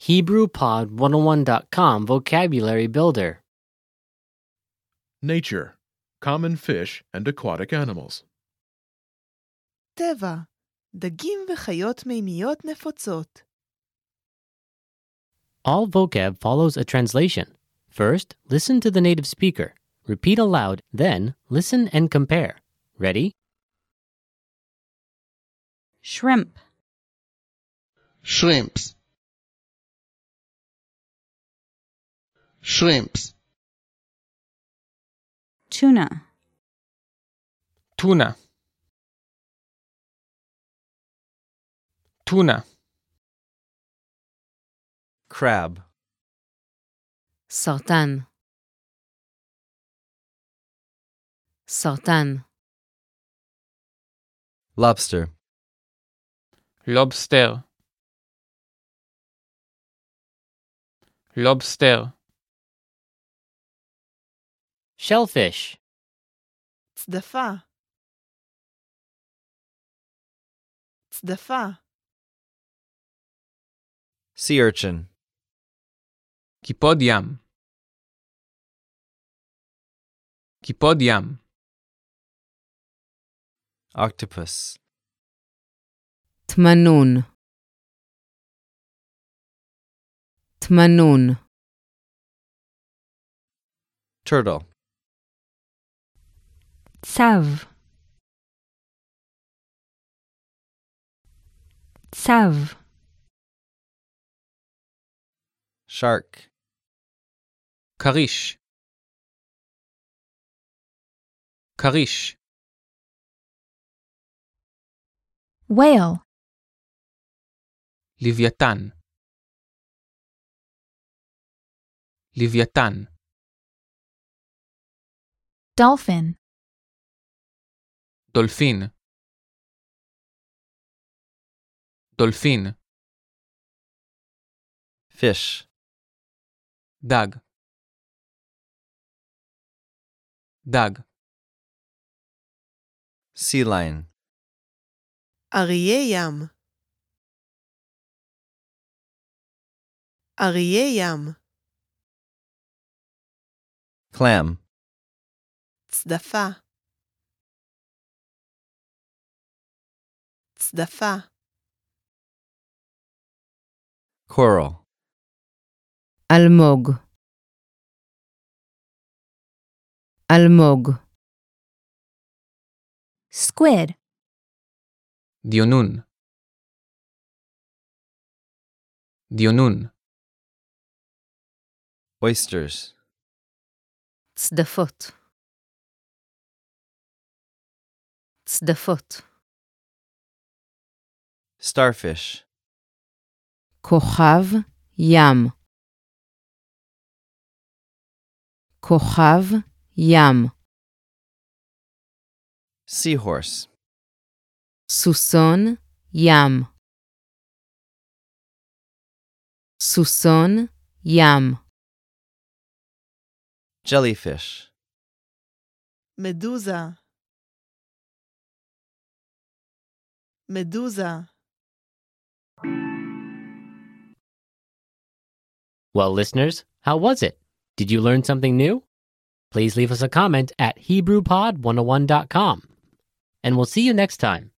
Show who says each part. Speaker 1: HebrewPod101.com Vocabulary Builder.
Speaker 2: Nature, common fish and aquatic animals.
Speaker 3: טבע, דגים וחיות מימיות נפוצות.
Speaker 1: All vocab follows a translation. First, listen to the native speaker. Repeat aloud, then, listen and compare. Ready?
Speaker 4: shrimp,
Speaker 5: shrimps shrimps
Speaker 4: tuna,
Speaker 6: tuna tuna crab
Speaker 7: סרטן. סרטן.
Speaker 8: lobster,
Speaker 6: lobster lobster
Speaker 1: Shellfish.
Speaker 3: צדפה. צדפה,
Speaker 8: sea urchin,
Speaker 6: קיפוד ים קיפוד ים
Speaker 8: octopus,
Speaker 7: תמנון. תמנון.
Speaker 8: turtle,
Speaker 4: sav, sav,
Speaker 8: shark,
Speaker 6: כריש כריש
Speaker 4: whale,
Speaker 6: לוויתן לוויתן
Speaker 4: dolphin,
Speaker 6: דולפין דולפין
Speaker 8: fish,
Speaker 6: דג דג
Speaker 8: sea lion,
Speaker 3: אריה ים. אריה ים,
Speaker 8: clam,
Speaker 3: צדפה. צדפה,
Speaker 8: coral,
Speaker 7: אלמוג. אלמוג.
Speaker 4: squid,
Speaker 6: דיונון דיונון
Speaker 8: oysters,
Speaker 7: צדפות. צדפות.
Speaker 8: starfish,
Speaker 7: כוכב ים. כוכב ים.
Speaker 8: seahorse,
Speaker 7: סוסון ים. סוסון ים.
Speaker 8: jellyfish,
Speaker 3: מדוזה. מדוזה.
Speaker 1: Well, listeners, how was it? Did you learn something new? oh Please leave us a comment at HebrewPod101.com. And we'll see you next time.